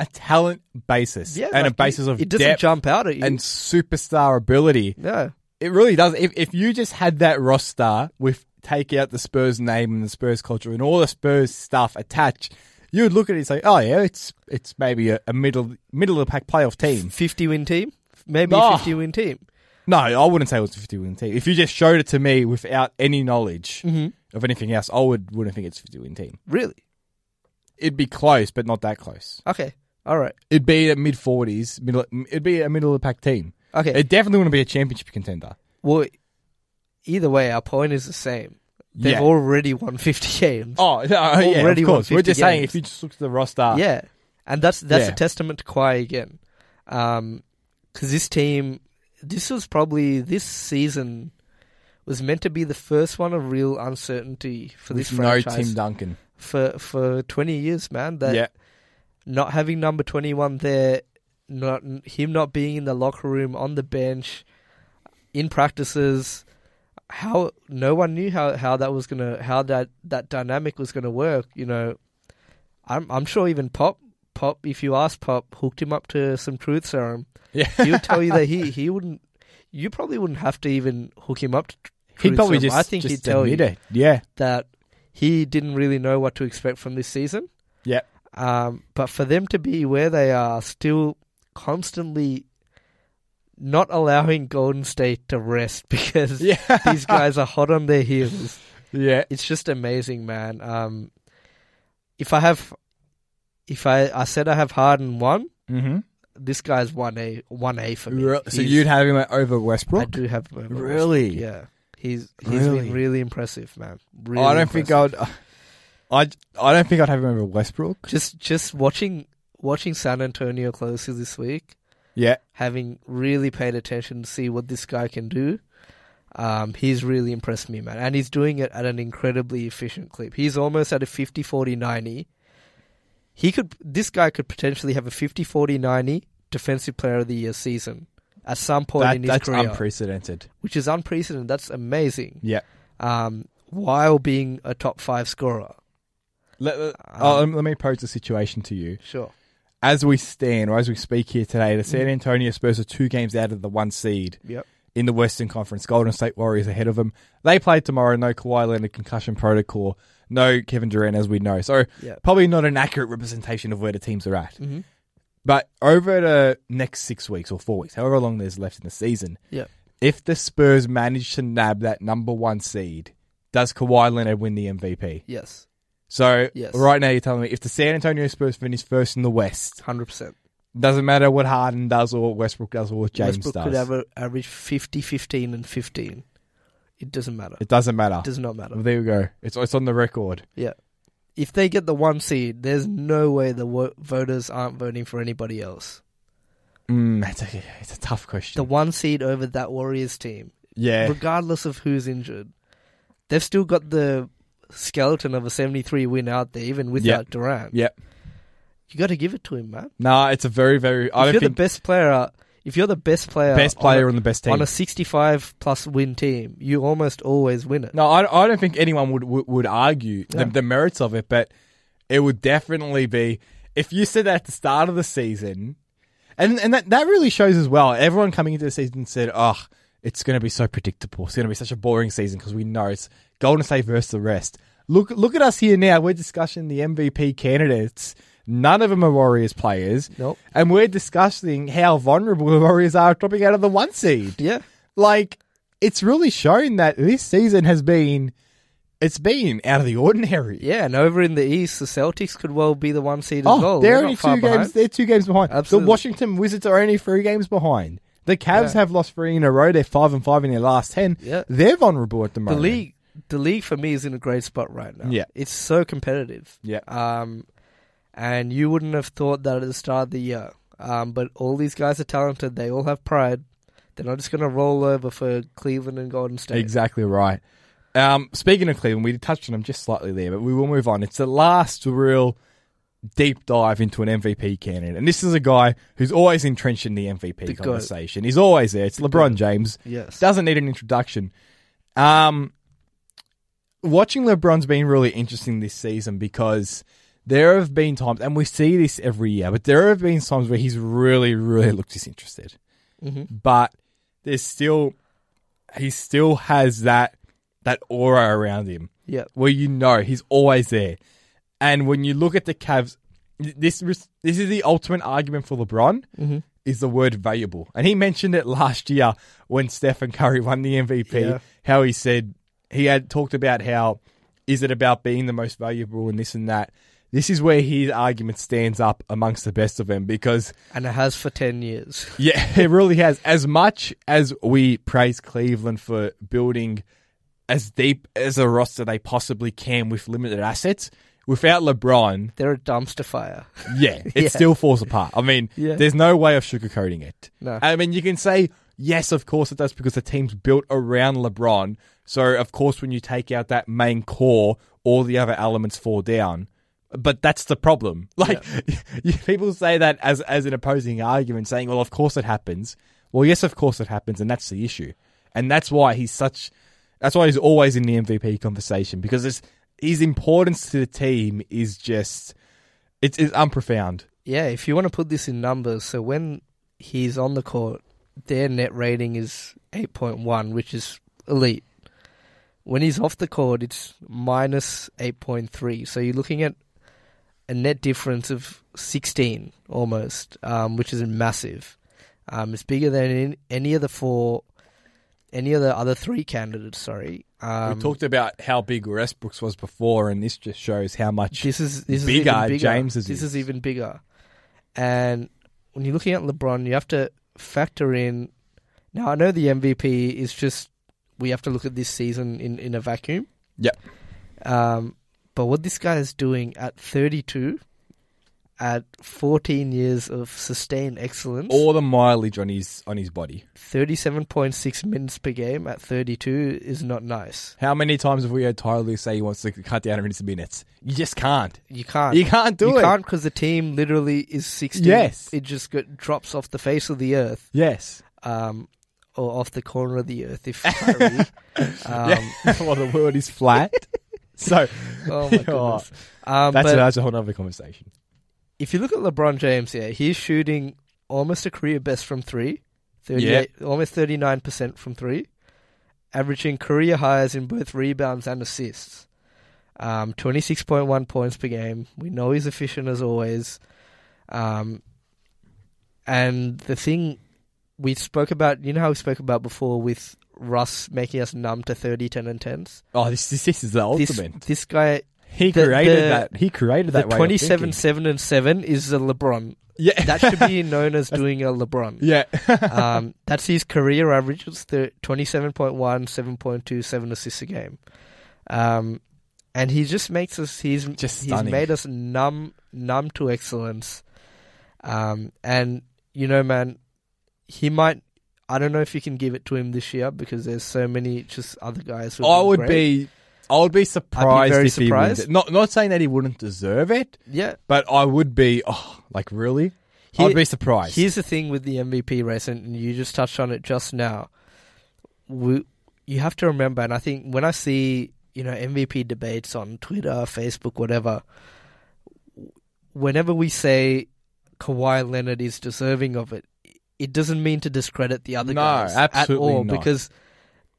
D: a talent basis
E: yeah,
D: and
E: like,
D: a basis
E: it,
D: of
E: it doesn't
D: depth
E: jump out at you.
D: and superstar ability.
E: yeah,
D: It really does. If if you just had that roster with take out the Spurs name and the Spurs culture and all the Spurs stuff attached, you would look at it and say, "Oh yeah, it's it's maybe a, a middle middle of the pack playoff team."
E: fifty win team, maybe
D: Oh.
E: fifty win team.
D: No, I wouldn't say it was a 50 win team. If you just showed it to me without any knowledge
E: Mm-hmm.
D: of anything else, I would wouldn't think it's a 50 win team.
E: Really?
D: It'd be close, but not that close.
E: Okay, all right.
D: It'd be a mid 40s, middle. It'd be a middle of the pack team.
E: Okay,
D: It definitely wouldn't be a championship contender.
E: Well, either way, our point is the same. They've
D: Yeah.
E: already won 50 games.
D: Oh, yeah,
E: Already
D: of
E: won
D: course. We're
E: 50
D: just saying
E: games.
D: if you just look at the roster,
E: Yeah, and that's that's
D: Ah. Yeah.
E: a testament to Kawhi again, because this team, this was probably this season was meant to be the first one of real uncertainty for this
D: with no
E: franchise
D: Tim Duncan.
E: for for 20 years, man. That
D: yeah,
E: not having number 21 there, not him not being in the locker room, on the bench, in practices, how no one knew how, how that was gonna how that that dynamic was gonna work. You know, I'm I'm sure even Pop Pop, if you ask Pop, hooked him up to some truth serum.
D: Yeah.
E: he'll tell you that he he wouldn't. You probably wouldn't have to even hook him up to. tr-
D: he'd
E: truth
D: probably
E: serum.
D: just
E: I think
D: just
E: he'd tell you
D: admit it. Yeah,
E: that he didn't really know what to expect from this season.
D: Yep.
E: Um, but for them to be where they are, still constantly not allowing Golden State to rest because
D: yeah,
E: these guys are hot on their heels.
D: yeah.
E: It's just amazing, man. Um, if I have, if I, I said I have Harden one,
D: Mm-hmm.
E: this guy's one A, one A for me.
D: So
E: He's-
D: you'd have him over Westbrook.
E: I do have him over Westbrook,
D: Really?
E: yeah. He's he's
D: Really? Oh,
E: been really impressive, man. Really
D: I don't think
E: impressive.
D: I'd. I I don't think I'd have him over Westbrook.
E: just just watching watching San Antonio closely this week,
D: Yeah,
E: having really paid attention to see what this guy can do. Um, he's really impressed me, man, and he's doing it at an incredibly efficient clip. He's almost at a 50 40 90. He could this guy could potentially have a 50 40 90 defensive player of the year season at some point
D: that,
E: in his
D: that's
E: career,
D: unprecedented.
E: which is unprecedented. That's amazing.
D: Yeah.
E: Um, while being a top 5 scorer.
D: Let,
E: Um,
D: let- oh, let me pose the situation to you.
E: Sure.
D: As we stand, or as we speak here today, the
E: Mm.
D: San Antonio Spurs are two games out of the one seed
E: Yep.
D: in the Western Conference. Golden State Warriors ahead of them. They play tomorrow. No Kawhi Leonard concussion protocol. No Kevin Durant, as we know. So
E: Yeah.
D: probably not an accurate representation of where the teams are at.
E: Mhm.
D: But over the next six weeks or four weeks, however long there's left in the season,
E: Yeah.
D: if the Spurs manage to nab that number one seed, does Kawhi Leonard win the MVP?
E: Yes.
D: So
E: Yes.
D: right now you're telling me if the San Antonio Spurs finish first in the West,
E: 100%.
D: doesn't matter what Harden does or what Westbrook does or what James
E: Westbrook
D: does.
E: could have a, average 50, 15, and 15. It doesn't matter.
D: it doesn't matter.
E: It does not
D: Well,
E: matter.
D: there we go. It's it's on the record.
E: Yeah. If they get the one seed, there's no way the wo- voters aren't voting for anybody else.
D: Mm, that's a, it's a tough question.
E: The one seed over that Warriors team,
D: yeah,
E: regardless of who's injured, they've still got the skeleton of a 73 win out there, even without Durant.
D: yeah.
E: You got to give it to him, man.
D: Nah, it's a very very. I don't
E: if you're the
D: think
E: best player, if you're the best player,
D: best
E: on a-
D: player on, the best team.
E: on a 65 plus win team, you almost always win it.
D: No, I, I don't think anyone would would, would argue the,
E: No.
D: the merits of it, but it would definitely be if you said that at the start of the season, and and that that really shows as well. Everyone coming into the season said, "Oh, it's going to be so predictable. It's going to be such a boring season because we know it's Golden State versus the rest." Look look at us here now. We're discussing the MVP candidates. None of them are Warriors players.
E: Nope.
D: And we're discussing how vulnerable the Warriors are dropping out of the one seed
E: Yeah.
D: like it's really shown that this season has been It's been out of the ordinary.
E: Yeah, and over in the East, the Celtics could well be the one seed as
D: Oh,
E: well.
D: they're,
E: not
D: only
E: far
D: two
E: behind.
D: games. They're two games behind.
E: Absolutely.
D: The Washington Wizards are only three games behind. The Cavs
E: Yeah.
D: have lost three in a row. They're five and five in their last ten.
E: Yeah.
D: They're vulnerable at the
E: the
D: moment.
E: league the league for me is in a great spot right now.
D: Yeah.
E: It's so competitive.
D: Yeah.
E: Um and you wouldn't have thought that at the start of the year. Um but all these guys are talented, they all have pride. They're not just gonna roll over for Cleveland and Golden State.
D: Exactly right. Um, speaking of Cleveland, we touched on them just slightly there, but we will move on. It's the last real deep dive into an MVP candidate, and this is a guy who's always entrenched in the MVP
E: The goat.
D: conversation. He's always there. It's LeBron James.
E: Yes.
D: doesn't need an introduction. Um, watching LeBron's been really interesting this season because there have been times, and we see this every year, but there have been times where he's really, really looked disinterested. But there's still, he still has that that aura around him
E: yeah.
D: where you know he's always there. And when you look at the Cavs, this was- this is the ultimate argument for LeBron is the word valuable. And he mentioned it last year when Stephen Curry won the MVP.
E: Yeah.
D: How he said he had talked about how is it about being the most valuable and this and that. This is where his argument stands up amongst the best of them because
E: And it has for ten years.
D: yeah, it really has. As much as we praise Cleveland for building as deep as a roster they possibly can with limited assets, without LeBron,
E: They're a dumpster fire.
D: yeah, it
E: Yeah.
D: still falls apart. I mean,
E: Yeah.
D: there's no way of sugarcoating it.
E: No.
D: I mean, you can say, yes, of course it does, because the team's built around LeBron. So, of course, when you take out that main core, all the other elements fall down. But that's the problem. Like, people say that as, as an opposing argument, saying, well, of course it happens. Well, yes, of course it happens, and that's the issue. And that's why he's such. That's why he's always in the MVP conversation because it's, his importance to the team is just it's, it's unprofound.
E: Yeah, if you want to put this in numbers, so when he's on the court, their net rating is 8.1, which is elite. When he's off the court, it's minus 8.3. So you're looking at a net difference of 16 almost, um, which is massive. Um, it's bigger than in any of the four, any of the other three candidates, sorry. Um,
D: we talked about how big Westbrook's was before, and this just shows how much.
E: this is this is
D: bigger
E: even bigger.
D: James's
E: This
D: is.
E: is. even bigger. And when you're looking at LeBron, you have to factor in. Now I know the MVP is just we have to look at this season in in a vacuum.
D: Yep.
E: Um, but what this guy is doing at 32, at 14 years of sustained excellence,
D: all the mileage on his on his body.
E: 37.6 minutes per game at 32 is not nice.
D: How many times have we heard Tyler Lue say he wants to cut down on his minutes? You just can't.
E: You can't.
D: You can't do
E: you
D: it.
E: can't because the team literally is 16.
D: Yes.
E: It just got, drops off the face of the earth
D: Yes.
E: um, or off the corner of the earth if Kyrie. um,
D: well, the world is flat. so
E: Oh my
D: Yeah.
E: goodness. Um,
D: that's,
E: but
D: that's a whole other conversation.
E: if you look at LeBron James here, he's shooting almost a career best from three, 38, almost 39% from three, averaging career highs in both rebounds and assists. Um, 26.1 points per game. We know he's efficient as always. Um, and the thing we spoke about, you know how we spoke about before with Russ making us numb to 30, 10, and 10s?
D: Oh, this this, this is the
E: This,
D: ultimate.
E: this guy,
D: he
E: the-
D: created
E: the-
D: that. He created
E: the
D: that. way of
E: 27,
D: thinking.
E: 7, and 7 is the LeBron.
D: Yeah.
E: That should be known as doing a LeBron.
D: yeah.
E: Um, that's his career average. It's the 27.1, 7.2, 7 assists a game. Um, and he just makes us, he's,
D: Just
E: he's
D: stunning.
E: made us numb, numb to excellence. Um, and, you know, man, he might, I don't know if you can give it to him this year because there's so many just other guys who
D: I
E: have been
D: would
E: great.
D: be. I would be surprised
E: very
D: if he wins
E: surprised.
D: it. Not not saying that he wouldn't deserve it,
E: Yeah.
D: But I would be, oh, like really? I'd
E: Here-
D: be surprised.
E: Here's the thing with the MVP race, and you just touched on it just now. We, you have to remember, and I think when I see you know MVP debates on Twitter, Facebook, whatever, whenever we say Kawhi Leonard is deserving of it, it doesn't mean to discredit the other
D: No,
E: guys at
D: absolutely
E: all
D: not.
E: because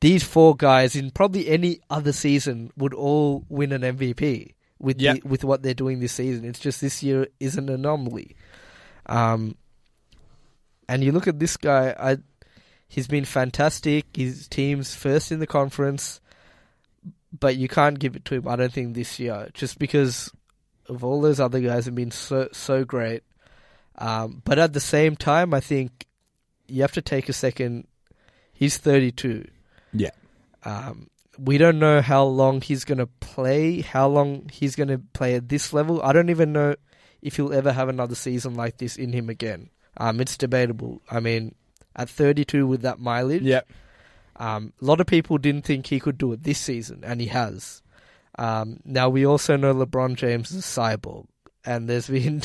E: these four guys in probably any other season would all win an MVP with
D: Yeah.
E: the, with what they're doing this season. It's just this year is an anomaly. Um, and you look at this guy. I, he's been fantastic. His team's first in the conference, but you can't give it to him. I don't think this year, just because of all those other guys have been so so great. Um, but at the same time, I think you have to take a second. He's thirty two.
D: Yeah.
E: Um, we don't know how long he's going to play, how long he's going to play at this level. I don't even know if he'll ever have another season like this in him again. Um, it's debatable. I mean, at 32 with that mileage,
D: Yep.
E: um, a lot of people didn't think he could do it this season, and he has. Um, now we also know LeBron James is a cyborg, and there's been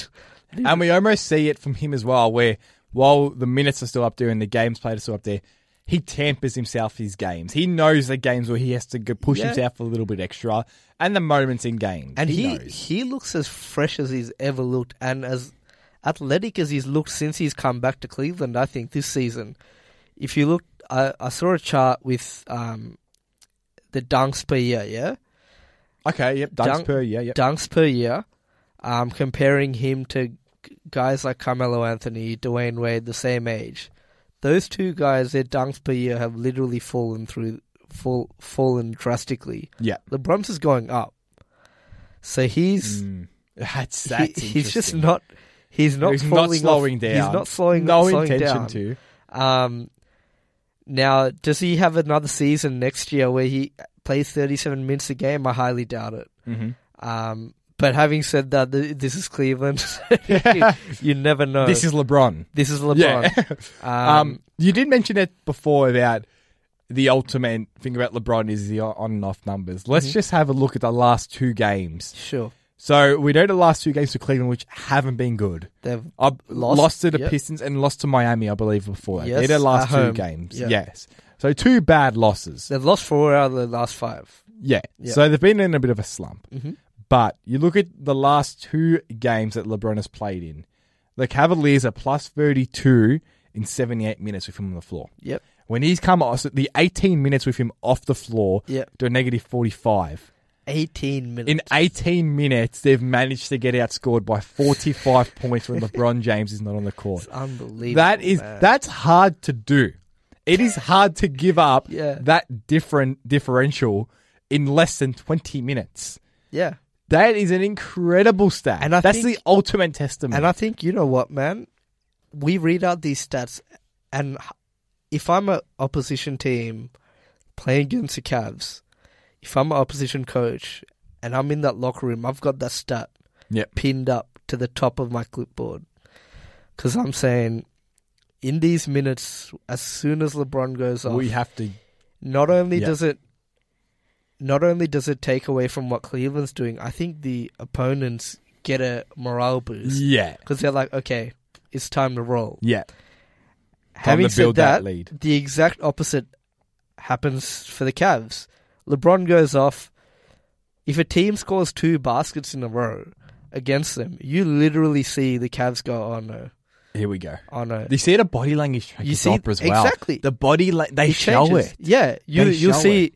D: And we almost see it from him as well, where while the minutes are still up there and the games played are still up there, he tampers himself his games. He knows the games where he has to go push
E: Yeah.
D: himself a little bit extra, and the moments in games.
E: And he
D: knows.
E: he, looks as fresh as he's ever looked, and as athletic as he's looked since he's come back to Cleveland. I think this season, if you look, I, I saw a chart with um, the dunks per year, yeah,
D: okay, yep, dunks
E: Dunk-
D: per yeah, yep,
E: dunks per year, um, comparing him to g- guys like Carmelo Anthony, Dwayne Wade, the same age. Those two guys, their dunks per year have literally fallen through, fall, fallen drastically.
D: yeah.
E: LeBron's is going up, so he's.
D: Mm. That's
E: He-
D: that's
E: he's just
D: interesting.
E: not. He's not
D: he's not
E: falling
D: slowing
E: off.
D: down.
E: He's not slowing.
D: No
E: slowing
D: intention
E: down.
D: to.
E: Um, now, does he have another season next year where he plays thirty-seven minutes a game? I highly doubt it.
D: Mm-hmm.
E: Um, but having said that, th- this is Cleveland. you never know.
D: This is LeBron.
E: this is LeBron.
D: Yeah.
E: Um,
D: Um, you did mention it before about the ultimate thing about LeBron is the on and off numbers.
E: Mm-hmm.
D: Let's just have a look at the last two games.
E: sure.
D: So we know the last two games for Cleveland, which haven't been good.
E: They've
D: I lost,
E: Lost,
D: lost to the
E: yep.
D: Pistons and lost to Miami, I believe, before that.
E: Yes,
D: They're their last
E: at
D: two
E: home.
D: games.
E: Yeah.
D: Yes. So two bad losses.
E: they've lost four out of the last five.
D: Yeah.
E: Yeah. Mm-hmm.
D: So they've been in a bit of a slump. But you look at the last two games that LeBron has played in. The Cavaliers are plus 32 in 78 minutes with him on the floor.
E: Yep.
D: When he's come off so the 18 minutes with him off the floor
E: Yep.
D: to a negative 45.
E: Eighteen minutes.
D: In 18 minutes, they've managed to get outscored by 45 points when LeBron James is not on the court.
E: It's unbelievable.
D: That is
E: man.
D: that's hard to do. It is hard to give up
E: Yeah.
D: that different differential in less than 20 minutes.
E: Yeah.
D: That is an incredible stat.
E: And I
D: that's
E: think-
D: the ultimate testament.
E: And I think you know what, man. We read out these stats, and h- if I'm a opposition team playing against the Cavs, if I'm an opposition coach and I'm in that locker room, I've got that stat
D: Yep.
E: pinned up to the top of my clipboard because I'm saying. In these minutes, as soon as LeBron goes off,
D: we have to
E: not only
D: Yeah.
E: does it not only does it take away from what Cleveland's doing, I think the opponents get a morale boost
D: yeah.
E: because they're like, okay, it's time to roll.
D: Yeah.
E: Having
D: to build
E: said that,
D: that lead.
E: the exact opposite happens for the Cavs. LeBron goes off. If a team scores two baskets in a row against them, you literally see the Cavs go, "Oh no,
D: Here we go.
E: oh no."
D: You see the body language track
E: You
D: is
E: see-
D: up as well.
E: exactly.
D: The body la- they
E: It
D: show
E: changes.
D: it.
E: Yeah, you
D: They
E: you'll
D: show
E: see.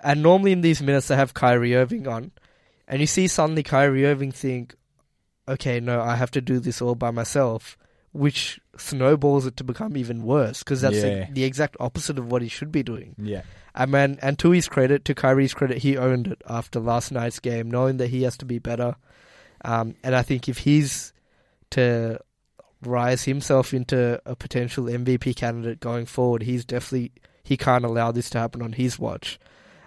E: And normally in these minutes they have Kyrie Irving on, and you see suddenly Kyrie Irving think, "Okay, no, I have to do this all by myself," which snowballs it to become even worse because that's the-
D: Yeah.
E: the exact opposite of what he should be doing.
D: Yeah.
E: And man, and to his credit, to Kyrie's credit, he owned it after last night's game, knowing that he has to be better. Um, and I think if he's to rise himself into a potential MVP candidate going forward, he's definitely he can't allow this to happen on his watch.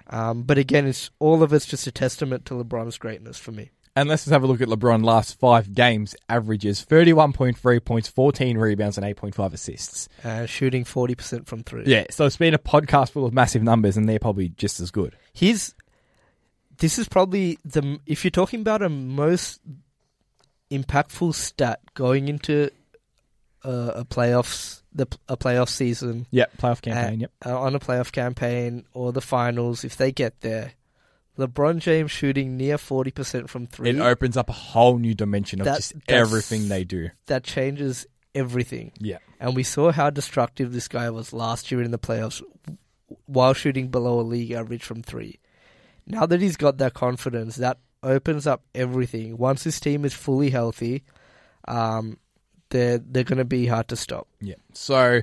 E: Um, but again, it's all of it's just a testament to LeBron's greatness for me.
D: And let's just have a look at LeBron last five games averages 31.3 points, 14 rebounds, and 8.5 assists.
E: Uh, shooting forty percent from three.
D: Yeah, so it's been a podcast full of massive numbers, and they're probably just as good.
E: he's this is probably the if you're talking about a most impactful stat going into uh, a playoffs the a playoff season
D: Yeah, playoff
E: uh,
D: campaign. yep.
E: uh, on a playoff campaign or the finals if they get there LeBron James shooting near 40% from 3
D: It opens up a whole new dimension of
E: That-
D: just
E: that's-
D: everything they do.
E: that changes everything
D: Yeah,
E: and we saw how destructive this guy was last year in the playoffs while shooting below a league average from three. Now that he's got that confidence, that opens up everything. Once his team is fully healthy, um, they're they're going to be hard to stop.
D: yeah. So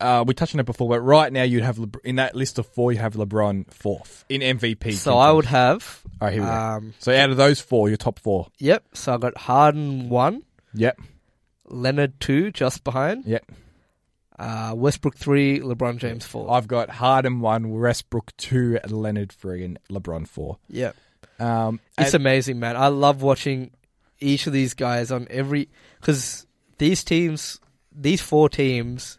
D: uh, we touched on it before, but right now you'd have Lebr- in that list of four, you have LeBron fourth in MVP.
E: So I would have.
D: All right, here we go.
E: um,
D: So out of those four, your top four.
E: Yep. So I got Harden one,
D: Yep.
E: Leonard two, just behind.
D: Yep.
E: Uh, Westbrook three, LeBron James 4
D: I've got Harden one, Westbrook two, Leonard three, and LeBron four.
E: yep.
D: Um,
E: It's
D: and-
E: amazing, man. I love watching each of these guys on every because these teams, these four teams,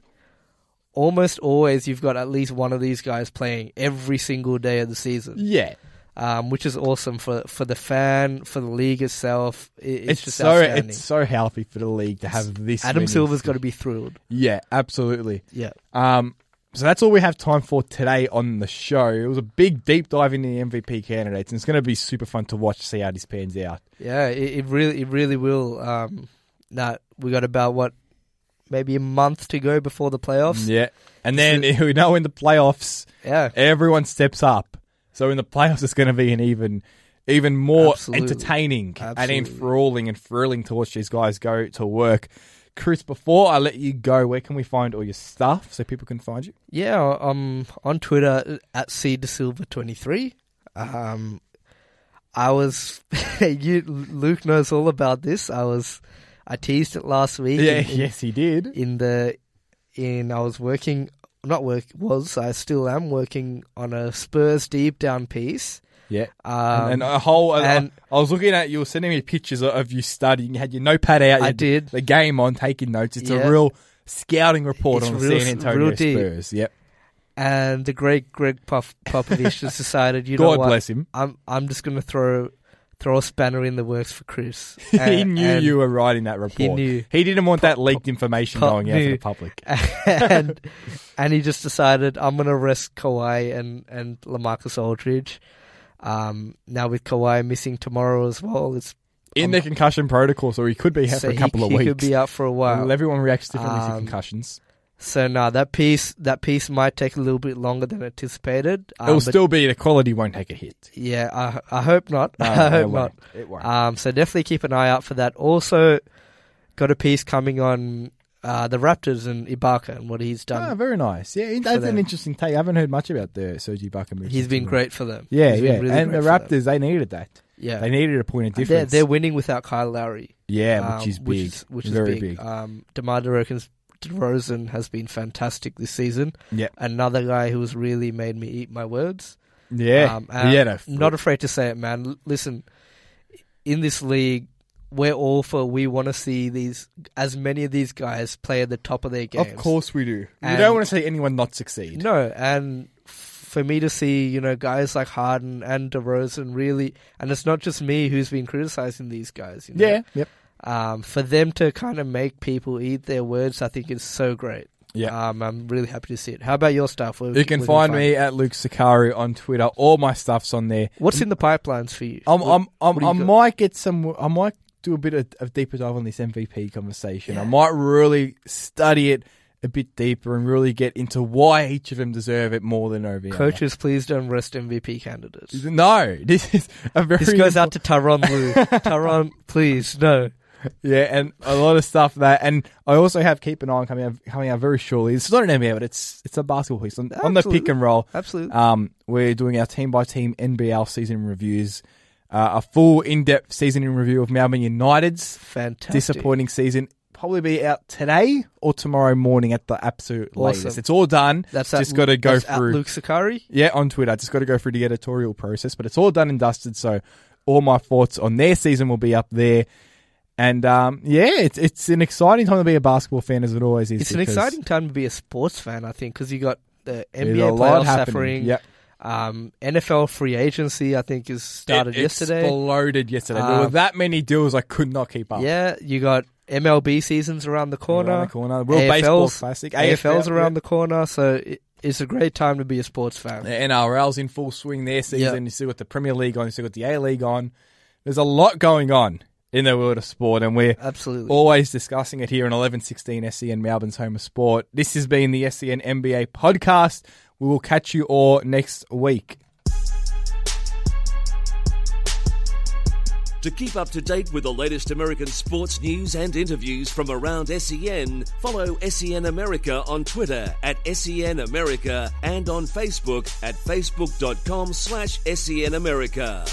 E: almost always you've got at least one of these guys playing every single day of the season,
D: yeah,
E: um, which is awesome for for the fan, for the league itself. It, it's,
D: it's,
E: just
D: so
E: outstanding.
D: it's so healthy for the league to have this.
E: Adam
D: many-
E: Silver's got to be thrilled.
D: Yeah, absolutely.
E: Yeah,
D: Um, so that's all we have time for today on the show. It was a big deep dive into the MVP candidates, and it's going to be super fun to watch, see how this pans out.
E: yeah. It, it really, it really will. Um, nah, we got about what, maybe a month to go before the playoffs.
D: Yeah, and then we know in the playoffs,
E: yeah.
D: everyone steps up. So in the playoffs, it's going to be an even, even more
E: Absolutely.
D: entertaining
E: Absolutely.
D: and enthralling and thrilling to watch these guys go to work. Chris, before I let you go, where can we find all your stuff so people can find you?
E: Yeah, I'm on Twitter at C De Silva 23. Um, I was, you Luke knows all about this. I was, I teased it last week.
D: Yeah,
E: in,
D: yes, he did.
E: in the, in I was working, not work was I still am working on a Spurs deep down piece.
D: Yeah.
E: Um,
D: and a whole.
E: and-
D: I, I was looking at you were sending me pictures of- of you studying. You had your notepad out. You
E: I
D: had the-
E: did.
D: the game on, taking notes. It's
E: Yeah.
D: a real scouting report
E: It's
D: on
E: real-
D: the San Antonio
E: real deep.
D: Spurs. Yep.
E: and the great Greg Pop- Popovich just decided, you know
D: God
E: what,
D: bless him.
E: I'm I'm just gonna throw throw a spanner in the works for Chris.
D: he
E: And-
D: knew
E: and-
D: you were writing that report.
E: knew.
D: He didn't want that leaked information
E: Pop
D: going out to
E: knew.
D: the public.
E: and and he just decided I'm gonna risk Kawhi and and Lamarcus Aldridge. Um, now with Kawhi missing tomorrow as well, it's
D: In the concussion protocol, so he could be out
E: Um, so
D: for a couple
E: he,
D: of
E: he
D: weeks.
E: could be out for a
D: Well,
E: while.
D: Everyone reacts differently to
E: Um,
D: concussions.
E: So now that piece that piece might take a little bit longer than anticipated. Um,
D: It'll
E: but
D: still be the quality won't take a hit.
E: yeah, I I hope not.
D: No,
E: I
D: no, it
E: hope not.
D: won't. It won't.
E: Um, so definitely keep an eye out for that. Also, got a piece coming on uh, the Raptors and Ibaka and what he's
D: Ah,
E: done.
D: very nice. Yeah, that's an
E: them.
D: interesting take. I haven't heard much about the Sergi Barker move.
E: he's
D: since
E: been
D: he went.
E: great for them.
D: Yeah,
E: He's been
D: yeah.
E: really
D: and the
E: great for them.
D: Raptors, they needed that.
E: yeah,
D: They needed a point of
E: And They're,
D: difference.
E: they're winning without Kyle Lowry.
D: yeah, which
E: um,
D: is big.
E: which
D: Very
E: is big.
D: big.
E: Um, DeMar DeRozan's, DeRozan has been fantastic this season.
D: Yeah.
E: Another guy who's really made me eat my words.
D: yeah.
E: Um,
D: he had a
E: I'm not afraid to say it, man. L- listen, in this league, we're all for we want to see these as many of these guys play at the top of their games.
D: of course we do. We
E: And-
D: don't want to see anyone not succeed.
E: No, and f- for me to see, you know, guys like Harden and DeRozan really, and it's not just me who's been criticizing these guys. You know?
D: Yeah. Yep.
E: um, for them to kind of make people eat their words, I think is so great.
D: Yeah.
E: Um, I'm really happy to see it. How about your stuff? Where
D: you can
E: where
D: find me at Luke Sicaro on Twitter. All my stuff's on there.
E: What's in the pipelines for you?
D: I'm,
E: What-
D: I'm,
E: what
D: I'm,
E: do you
D: I
E: got?
D: might get some. I might do a bit of, of deeper dive on this MVP conversation. I might really study it a bit deeper and really get into why each of them deserve it more than over. the other.
E: Coaches, please don't rest MVP candidates.
D: No, this is a very.
E: This goes out to Tyron Lue. Tyron, please, no.
D: Yeah, and a lot of stuff there. And I also have Keep an Eye on coming out, coming out very shortly. It's not an NBA, but it's it's a basketball piece on, on the
E: Absolutely.
D: pick and roll.
E: Absolutely.
D: Um, we're doing our team by team NBL season reviews, uh, a full in depth season in review of Melbourne United's
E: Fantastic.
D: disappointing season. Probably be out today or tomorrow morning at the absolute
E: Awesome.
D: latest. It's all done.
E: That's at
D: just got to go
E: that's at
D: through.
E: Luke Sakari.
D: Yeah, on Twitter. Just got to go through the editorial process, but it's all done and dusted. So all my thoughts on their season will be up there. And um, yeah, it's it's an exciting time to be a basketball fan, as it always is.
E: It's an
D: because
E: exciting time to be a sports fan, I think, because you got the
D: there's
E: NBA
D: a lot
E: playoffs
D: happening.
E: suffering.
D: Yep.
E: Um, NFL free agency, I think, is started
D: It
E: yesterday.
D: Exploded yesterday. there were
E: Um,
D: that many deals I could not keep up.
E: Yeah, you got MLB seasons around the corner.
D: Oh. Around the corner. World Baseball Classic.
E: AFL's
D: AFL,
E: around
D: yeah.
E: the corner, so it, it's a great time to be a sports fan.
D: The NRL's in full swing their season.
E: Yeah.
D: You still got the Premier League on. You still got the A League on. There's a lot going on in the world of sport, and we're
E: Absolutely.
D: always discussing it here on 1116 SEN E Melbourne's home of sport. This has been the E SEN NBA podcast. We will catch you all next week.
C: To keep up to date with the latest American sports news and interviews from around SEN, follow SEN America on Twitter at E SEN E America and on Facebook at facebook.com slash SEN America.